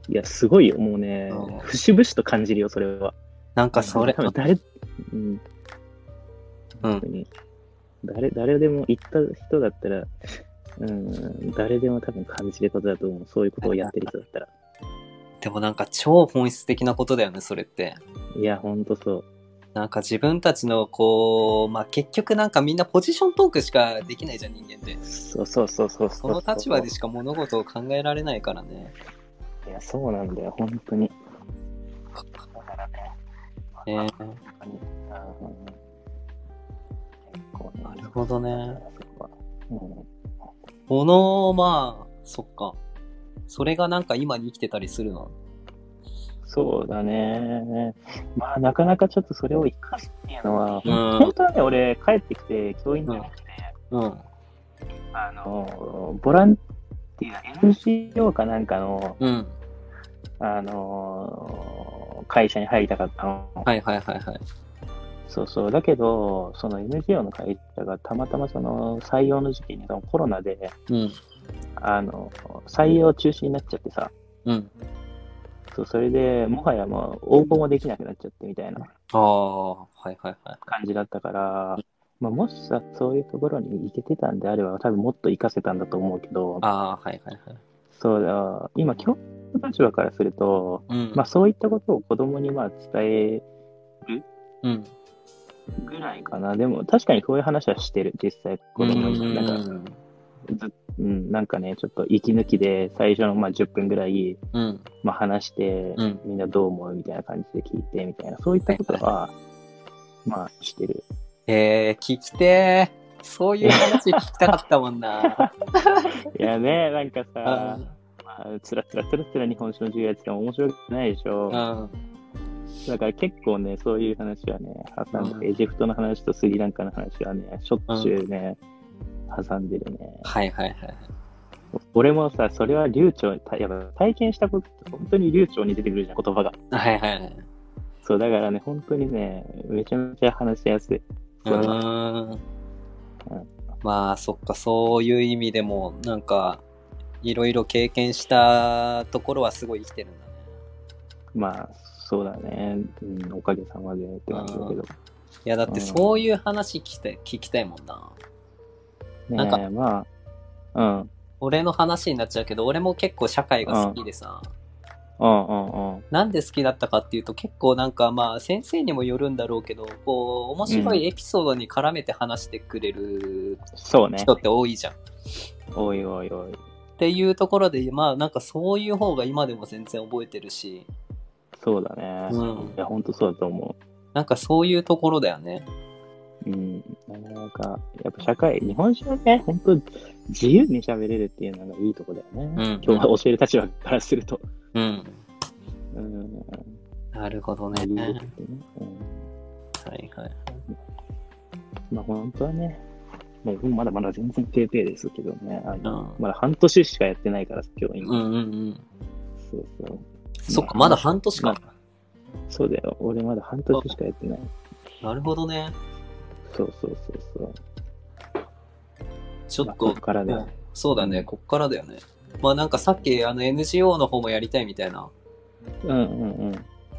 いや、すごいよ、もうね
うん、
節々と感じるよ、それは。
なんかそれ、
多分誰、うん、
うん
本当。に誰誰でも行った人だったら、うん、誰でも多分感じることだと思う。そういうことをやってる人だったら。
でもなんか超本質的なことだよね、それって。
いや、ほんとそう。
なんか自分たちのこう、まあ結局なんかみんなポジショントークしかできないじゃん、人間って。
そうそうそうそう
そ
そう
の立場でしか物事を考えられないからね。
いや、そうなんだよ、本当に。
えー、なるほどね。この、まあ、そっか。それがなんか今に生きてたりするの。
そうだね。まあ、なかなかちょっとそれを生かすっていうのは、
うん
本当はね、俺、帰ってきて、教員じゃなくて、
うん。
あの、ボランティア、NGO かなんかの、
うん。
あの、会社に入りたかったの。
はいはいはいはい。
そうそう。だけど、その NGO の会社がたまたまその採用の時期にそのコロナで、
うん。
あの、採用中止になっちゃってさ、
うん。
そう、それでもはやもう応募もできなくなっちゃってみたいな
ああ、はいはいはい。
感じだったから、まあ、もしさ、そういうところに行けてたんであれば、多分もっと活かせたんだと思うけど、
ああー、はいはいはい。
そうだ、今、教育立場からすると、
うん。
まあ、そういったことを子供にまあ伝え
うん。
ぐらいかな。でも、確かにこういう話はしてる、実際、子供
う
に。
ん
なんか、ずうん、なんかね、ちょっと息抜きで、最初のまあ10分ぐらい、
うん。
まあ、話して、
うん。
みんなどう思うみたいな感じで聞いてみたいな、そういったことは、まあ、してる。
えー、聞きてー。そういう話聞きたかったもんな。
いやね、なん か
う
さ、
ん
まあつらつらつらつら日本史の授業やってても面白くないでしょ
う。ん。
だから結構ね、そういう話はね、挟ん
うん
で、エジプトの話とスリランカの話はね、しょっちゅうね、挟んでるね。
はいはいはい。
俺もさ、それは流暢に、たやっぱ体験したことって本当に流暢に出てくるじゃん、言葉が。
はいはいはい。
そう、だからね、本当にね、めちゃめちゃ話しやすい。
うーん
うん。
まあ、そっか、そういう意味でも、なんか、いろいろ経験したところはすごい生きてるんだね。
まあ、そうだね、うん、おかげさまでって感じだけど。
いや、だってそういう話聞きたい、聞きたいもんな。
ね
なんか
え、まあ、うん、うん
俺の話になっちゃうけど、俺も結構社会が好きでさ、、
うん、うん。
なんで好きだったかっていうと、結構なんかまあ、先生にもよるんだろうけど、こう、面白いエピソードに絡めて話してくれる
そうね
人。って多いじゃん。
おいおいおい。
っていうところで、まあ、なんかそういう方が今でも全然覚えてるし、
そうだね。
うん
いや、ほんとそうだと思う。
なんかそういうところだよね。
うん、なかなか、やっぱ社会、日本史はね、本当自由に喋れるっていうのがいいとこだよね。
ん
今日は教える立場からすると。
うん。
うん、
なるほど
自
ね。
由ですね。うん、
はいはい。
まあ、本当はね、もうまだまだ全然ペーペーですけどね、あの
うん
まだ半年しかやってないから、教員。
うんうんうん。
そうそう。
そっか、まだ半年か。
そうだよ。俺まだ半年しかやってない。
なるほどね。
そうそうそうそう。
ちょ
まあ
っ
ことっ、からね。
そうだね、こっからだよね。まあなんかさっき、あの NGO の方もやりたいみたいな
うんうんうん。い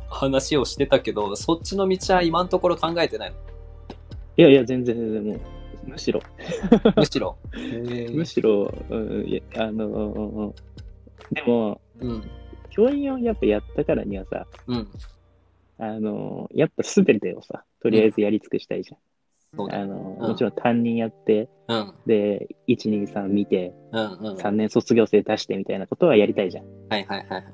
話をしてたけど、そっちの道は今のところ考え てないの。
やいや、全然全然もう。むしろ、
むしろ。へ
むしろ、うん、いやあのーでも、
うん。
教員をやっぱやったからにはさ、
うん。
あのーやっぱすべてをさ、とりあえずやり尽くしたいじ
そ
ゃ。
うんだ。
あのー
うん
もちろん担任やって、
うん。
で、1、2、3見て、
うん。うん。は
3年卒業生出してみたいなことはやりたいじゃん。
いはいはいはい。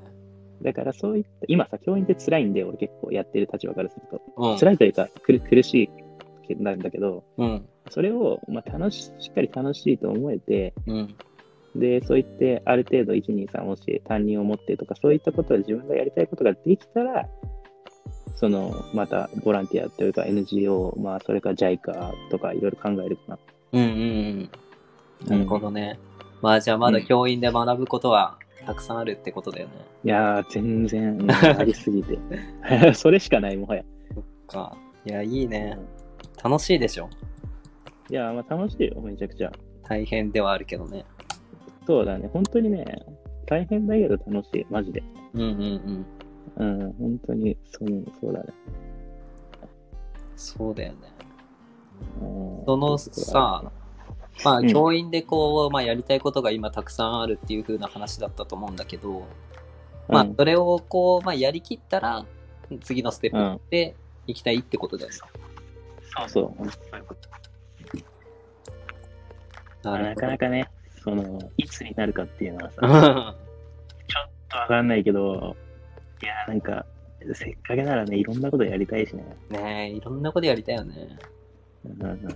だからそういった、今さ、教員って辛いんで、俺結構やってる立場からすると。
うん。
辛いというか、苦苦しいなんだけど、
うん。
それを、まあ、楽し、しっかり楽しいと思えて、
うん。
で、そう言って、ある程度、1、2、3をし、担任を持ってとか、そういったことは自分がやりたいことができたら、その、また、ボランティアというか、NGO、まあ、それか JICA とか、いろいろ考えるか
うん。うん。
な。
なるほ
うん
どね。まあじゃあまだ
うん
教員で学ぶことはたくさんあるってことだよね。
いやー、全 然、うんありすぎて。 それしかない、もはや。
か。いや、いいね
う。ん
楽しいでしょ。
いやー、まあ、楽しいよ、めちゃくちゃ。
大変ではあるけどね。
そうだね、本当にね、大変だけど楽しい、マジで。
うんうんうん。
うん、本当に、そうそうだね。
そうだよね。
うん
そのさ、まあ
うん
教員でこう、まあやりたいことが今たくさんあるっていう風な話だったと思うんだけど、まあ
うん
それをこう、まあやりきったら、次のステップ
うん
で行きたいってことだよね。
そうそう。
な
な
るほ
か
ど
なかね、その、いつになるかっていうのはさ、ちょっ
う
とわかんないけど、いや、なんか、せっかくならね、いろんなことやりたいしね。
ん ねえ、いろんなことやりたいよね。
うんうんうん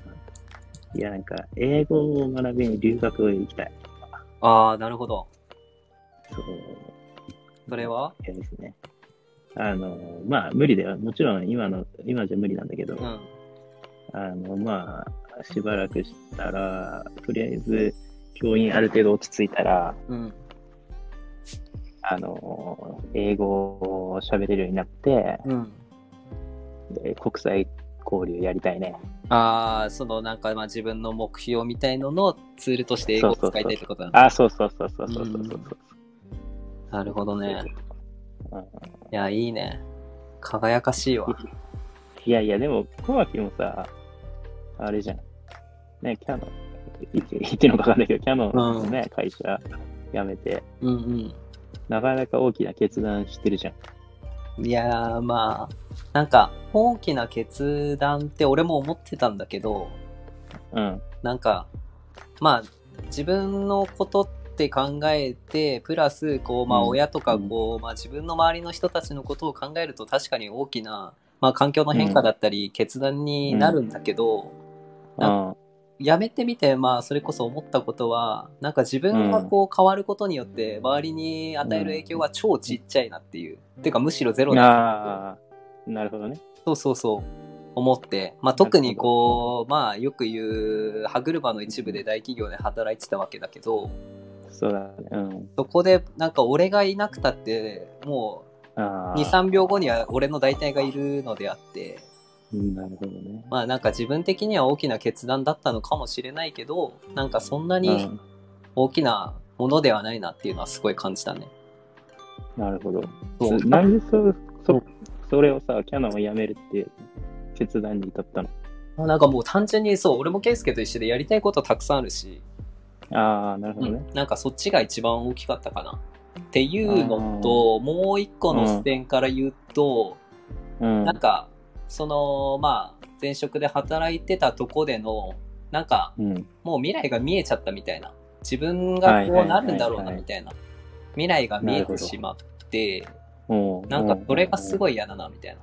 いや、なんか、英語を学びに留学行きたい。
ああ、なるほど。
そう。
それはい
やですね。あの、まあ、無理だよ。もちろん、今の、今じゃ無理なんだけど、
うん。
あの、まあ、しばらくしたら、とりあえず、教員ある程度落ち着いたら、
うん。
あの、英語を喋れるようになって、
うん。
で国際交流やりたいね。
ああ、そのなんかまあ自分の目標みたいののツールとして英語を使いたいってことなんだ。
あ、そうそうそうそうそうそうそう。
なるほどね。
うん
いや、いいね。輝かしいわ。
いやいや、でも、小脇もさ、あれじゃん。ね、キャノン、言って言っていいのかわかんないけど、キャノンのね、会社辞めて、
うんうん。
なかなか大きな決断してるじゃん。
いやーまあなんか大きな決断って俺も思ってたんだけど
うん。
なんかまあ自分のことって考えてプラスこうまあ
うん
親とかこうまあ自分の周りの人たちのことを考えると確かに大きなまあ環境の変化だったり決断になるんだけど
うん。
やめてみてまあそれこそ思ったことはなんか自分がこう変わることによって周りに与える影響は超ちっちゃいなっていうてかむしろゼロだ
ああ、なるほどね。
そうそうそう思って、まあ、特にこうまあよく言う歯車の一部で大企業で働いてたわけだけど
そうだね。うん。
そこでなんか俺がいなくたってもう
ああ、
23秒後には俺の代替がいるのであって
うんなるほどね。
まあなんか自分的には大きな決断だったのかもしれないけどなんかそんな
う
に
ん
大きなものではないなっていうのはすごい感じたね。
なるほど。
そう
なんでそ
そ
そうそれをさ、キャノンを辞めるって決断に至ったの
まあなんかもう単純にそう俺もケイスケと一緒でやりたいことたくさんあるし
ああ、なるほどね。
うんなんかそっちが一番大きかったかな。っていうのと、もう一個の視点から言うと、
うん。
なんか、その、まあ、前職で働いてたとこでの、なんか、
うん。
もう未来が見えちゃったみたいな。自分がこうなるんだろうなみたいな。未来が見えてしまって、
おう
なんかそれがす
い。
ごい嫌だなみたい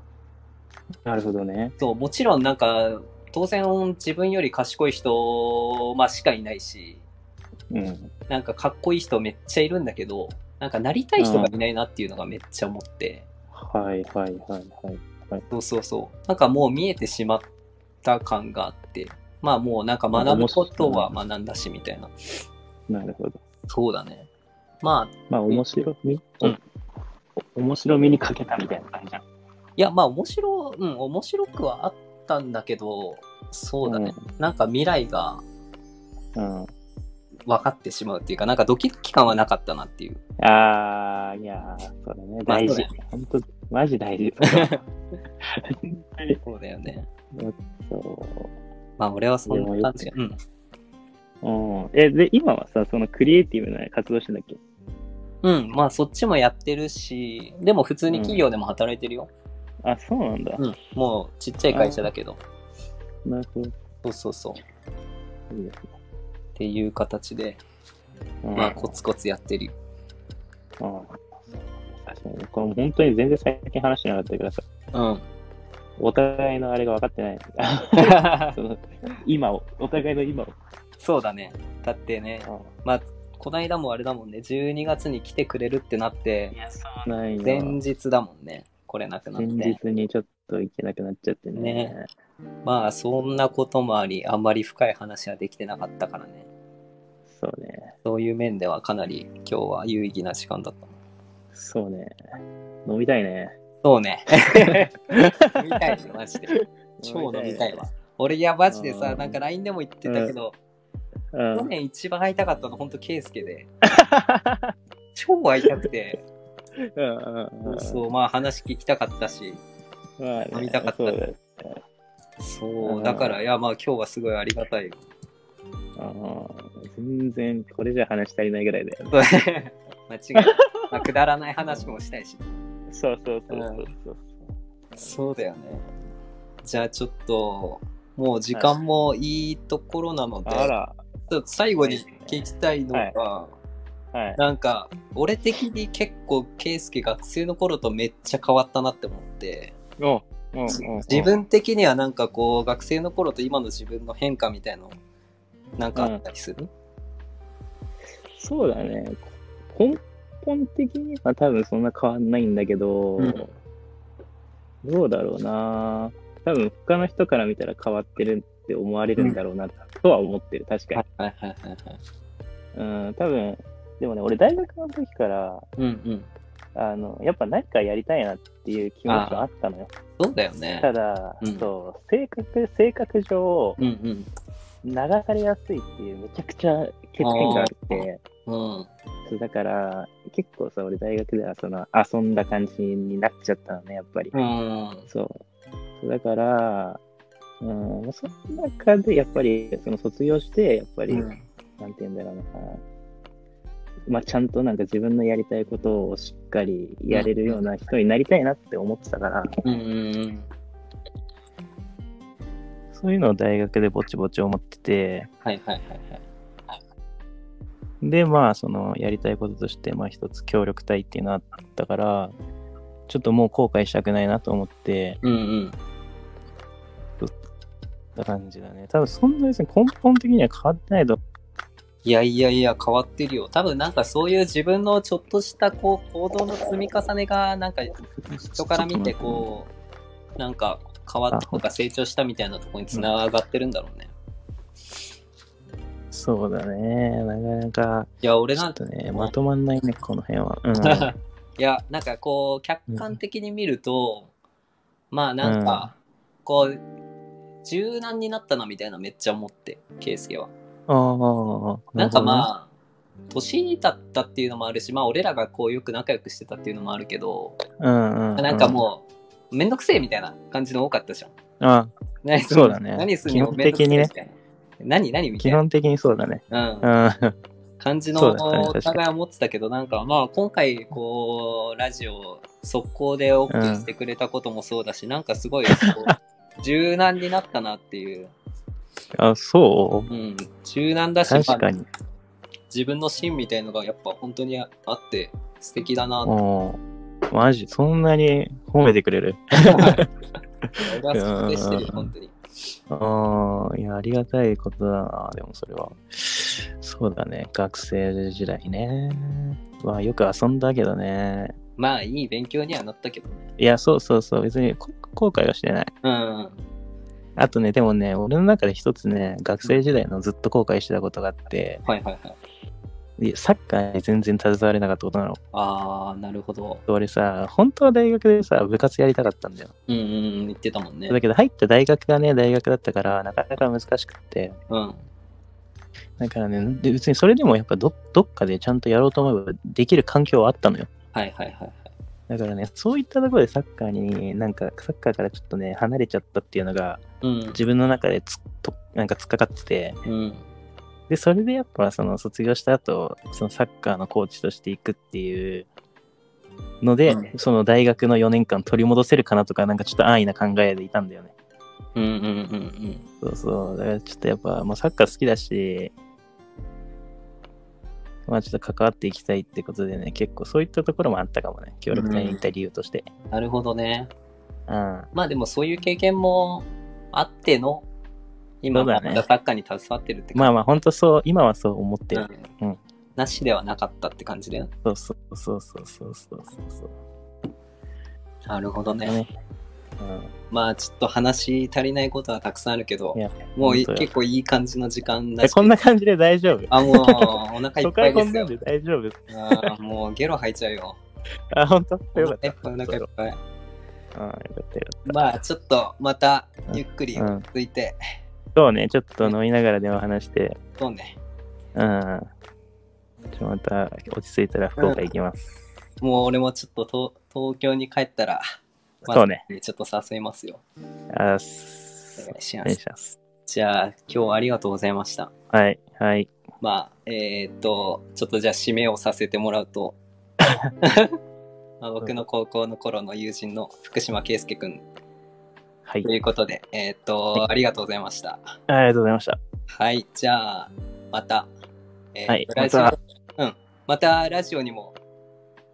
な。
なるほどね。
そう、もちろんなんか、当然自分より賢い人、まあ、しかいないし、
うん。
なんかかっこいい人めっちゃいるんだけど、なんかなりたい人がいないなっていうのがめっちゃ思って、
はいはいはいはい。
そうそうそう。なんかもう見えてしまった感があって、まあもうなんか学ぶことは学んだしみたいな。
なるほど。
そうだね。ま
まあ、面白み、
うん
面白みにかけたみたいな感じじゃん。
いや、まあ、面白、うん、面白くはあったんだけど、そうだね。なんか未来が
うん。う
分かってしまうっていうか、なんかドキドキ感はなかったなっていう。
ん、あー、いやー、そうだね。
まあ
大
そう
事
だよ。
本当マジ大事。
そうだよね。
そう。
まあ、俺はそんな感じ。うん。
うん、え、で、今はさ、そのクリエイティブな活動してんだっけ
うん、まあ、そっちもやってるし、でも普通に企業でも働いてるよ。
あ、そうなんだ。
うん。もう、ちっちゃい会社だけど。
なるほ
そ
ど。
うそうそう。っ
いいですね。
ていう形で、
うん、
まあ、コツコツやってるよ。
うん確かにね、これも本当に全然最近話してなかったけどさ、
うん。
お互いのあれが分かって ない。その今を、お互いの今を。
そうだね。だってね、まあ、こないだもあれだもんね、12月に来てくれるってなって、
や、そうないよ。
前
前
日だもんね、来れなくなって。
日にちょっと行けなくなっちゃってね。
ねまあ、そんなこともあり、あんまり深い話はできてなかったからね。
そうね。
そういう面ではかなり今日は有意義な時間だった。
そうね。飲みたい ね。
そうね。飲みたいね、マジ で。超飲みたいわ。俺、いや、マジでさ、
うん
なんか LINE でも言ってたけど、
うん。
去年一番会いたかったの、ほんと、ケイスケ で。超会いたくて、
うんうんうん
そう、まあ話聞きたかったし、
まあね
飲みたかった
そうだよ
そうう、
ん
だから、いや、まあ今日はすごいありがたいよ。
うん全然これじゃ話足りないぐらいだよ。
間違いない。まあ、くだらない話もしたいし。
そうそうそうそうそう。
そうだよね。じゃあちょっと、もう時間もいいところなので、
あら、
ちょっと最後に聞きたいのが、
はい。
なんか、俺的に結構、圭介学生の頃とめっちゃ変わったなって思って、
おうんうん
自分的にはなんかこう、学生の頃と今の自分の変化みたいの、なんかあったりする、
そうだね。根本的には多分そんな変わんないんだけど、
うん
どうだろうな。多分他の人から見たら変わってるって思われるんだろうなとは思ってる、確かに
はい。はいはいはいはい。
うん、多分、でもね、俺大学の時から、
うんうん。
あの、やっぱ何かやりたいなっていう気持ちはあったのよ。
そうだよね。
ただ、
うん
そう、性格、性格上、
うん
流されやすいっていうめちゃくちゃ欠点があって、
うん。うん。
そうだから結構さ、俺大学ではその遊んだ感じになっちゃったのね、やっぱり。
うん。
そう。そうだから、うん、その中でやっぱりその卒業して、やっぱり、
うん
なんて言うんだろうな、まあちゃんとなんか自分のやりたいことをしっかりやれるような人になりたいなって思ってたから、
うんうん
そういうのを大学でぼちぼち思ってて、
はいはいはいはい。
でまあそのやりたいこととしてまあ一つ協力隊っていうのあったからちょっともう後悔したくないなと思って
うんうん。
た感じだね多分そんな別に根本的には変わってないと
いやいやいや、変わってるよ。多分なんかそういう自分のちょっとしたこう行動の積み重ねが、なんか人から見てこう、なんか変わったとか成長したみたいなところにつながってるんだろうね。
そうだねなかなか
いや、俺
ちょ
なん、
ってとねまとまんないねこの辺は、うん
いや、なんかこう、客観的に見ると、まあなんか、こう、柔軟になったなみたいなめっちゃ思って、圭介は。
ああ
なんかまあ、年だったっていうのもあるし、まあ俺らがこうよく仲良くしてたっていうのもあるけど、
あ、うんうん、
なんかもう、めんどくせえみたいな感じの多かったじゃん。
うんあ
何する
そうだ ね
何するにもめんどくせえ
基本的にね
みたいな。何何みた
基
いな、
本的にそうだね
うん
う、ん
感じの
そうだね
お
確かに
互い思ってたけど、なんかまあ今回こう、ラジオ速攻で OK してくれたこともそうだし、なんかすごいこ う柔軟になったなっていう。
あそ
うん、柔軟だ
う
し、まあ
確かに
自分の芯みたいのがやっぱ本当にあって素敵だなって
うんマジそんなに褒めてくれる
俺は尊敬してるよ
うん
本当に。
ああ、いや、ありがたいことだな、でもそれは。そうだね、学生時代ね。まあ、よく遊んだけどね。
まあ、いい勉強にはなったけどね。
いや、そうそうそう、別にこ後悔はしてない。
うん。
あとね、でもね、俺の中で一つね、学生時代のずっと後悔してたことがあって、
はいはいはい。
いやサッカーに全然携われなかったことなの。
ああ、なるほど。
俺さ、本当は大学でさ、部活やりたかったんだよ。
うんうんうん、言ってたもんね。
だけど入った大学がね、大学だったから、なかなか難しくって。
うん。
だからね、で別にそれでもやっぱどどっかでちゃんとやろうと思えばできる環境はあったのよ。
はいはいはい。
だからね、そういったところでサッカーに、なんかサッカーからちょっとね、離れちゃったっていうのが、
うん。
自分の中でつとなんか突っかかってて、
うん。
で、それでやっぱその卒業した後、そのサッカーのコーチとして行くっていうので、
うん
その大学の4年間取り戻せるかなとか、なんかちょっと安易な考えでいたんだよね。
うんうんうん
そうそう。だからちょっとやっぱ、まあ、サッカー好きだし、まあちょっと関わっていきたいってことでね、結構そういったところもあったかもね。協力隊に行った理由として。
うん。なるほどね。
うん。
まあでもそういう経験もあっての、今、
そうだ
ま
ね
たサッカーに携わってるって
まあ
感
まあ、本当そう、今はそう思って
じ。
る。
うん
うん
なしではなかったって感じだよ。
そうそうそうそうそうそうそう。
なるほどね。
ね。うん。
まあちょっと話足りないことはたくさんあるけど
い、や、
もうい
本当よ
結構いい感じの時間だ
え
し。
こんな感じで大丈夫
あ、もうお腹いっ
都
ぱい
会こ
で
ん
す
な
よ
んで。大丈夫
あーもうゲロ吐いちゃうよ。
あ、本当
お
よか
腹
っ
いっぱいお腹いっぱい。
た。うん、よかったよかった。
まあちょっとまたゆっくり
うん
落ち着いて、
そうね、ちょっと飲みながら電話話して、
そうね。
うん。ちょまた落ち着いたら福岡行きます。
もう俺もちょっと東東京に帰ったら、まあ
そうね。
ちょっと誘いますよ。
あー
お
す
願いし
お
ま
願い
す。
します。
じゃあ今日はありがとうございました。
はい、はい。
まあ、えーっと、ちょっとじゃあ締めをさせてもらう と、まあ僕の高校の頃の友人の福島圭介君
はい
と。いうことで、えーっと、ありがとうございました。
ありがとうございました。
はい、じゃあ、また、えー
はい
ラジオ、
ま
うん、またラジオにも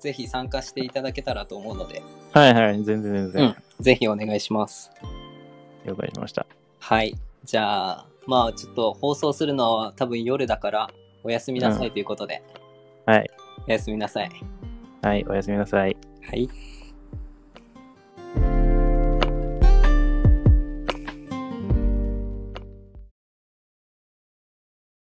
ぜひ参加していただけたらと思うので、
はいはい、全然全然。
ぜひお願いします。
了解しました。
はい、じゃあ、まあちょっと放送するのは多分夜だから、おやすみなさいということで、
はい。
おやすみなさい。
はい、おやすみなさい。
はい。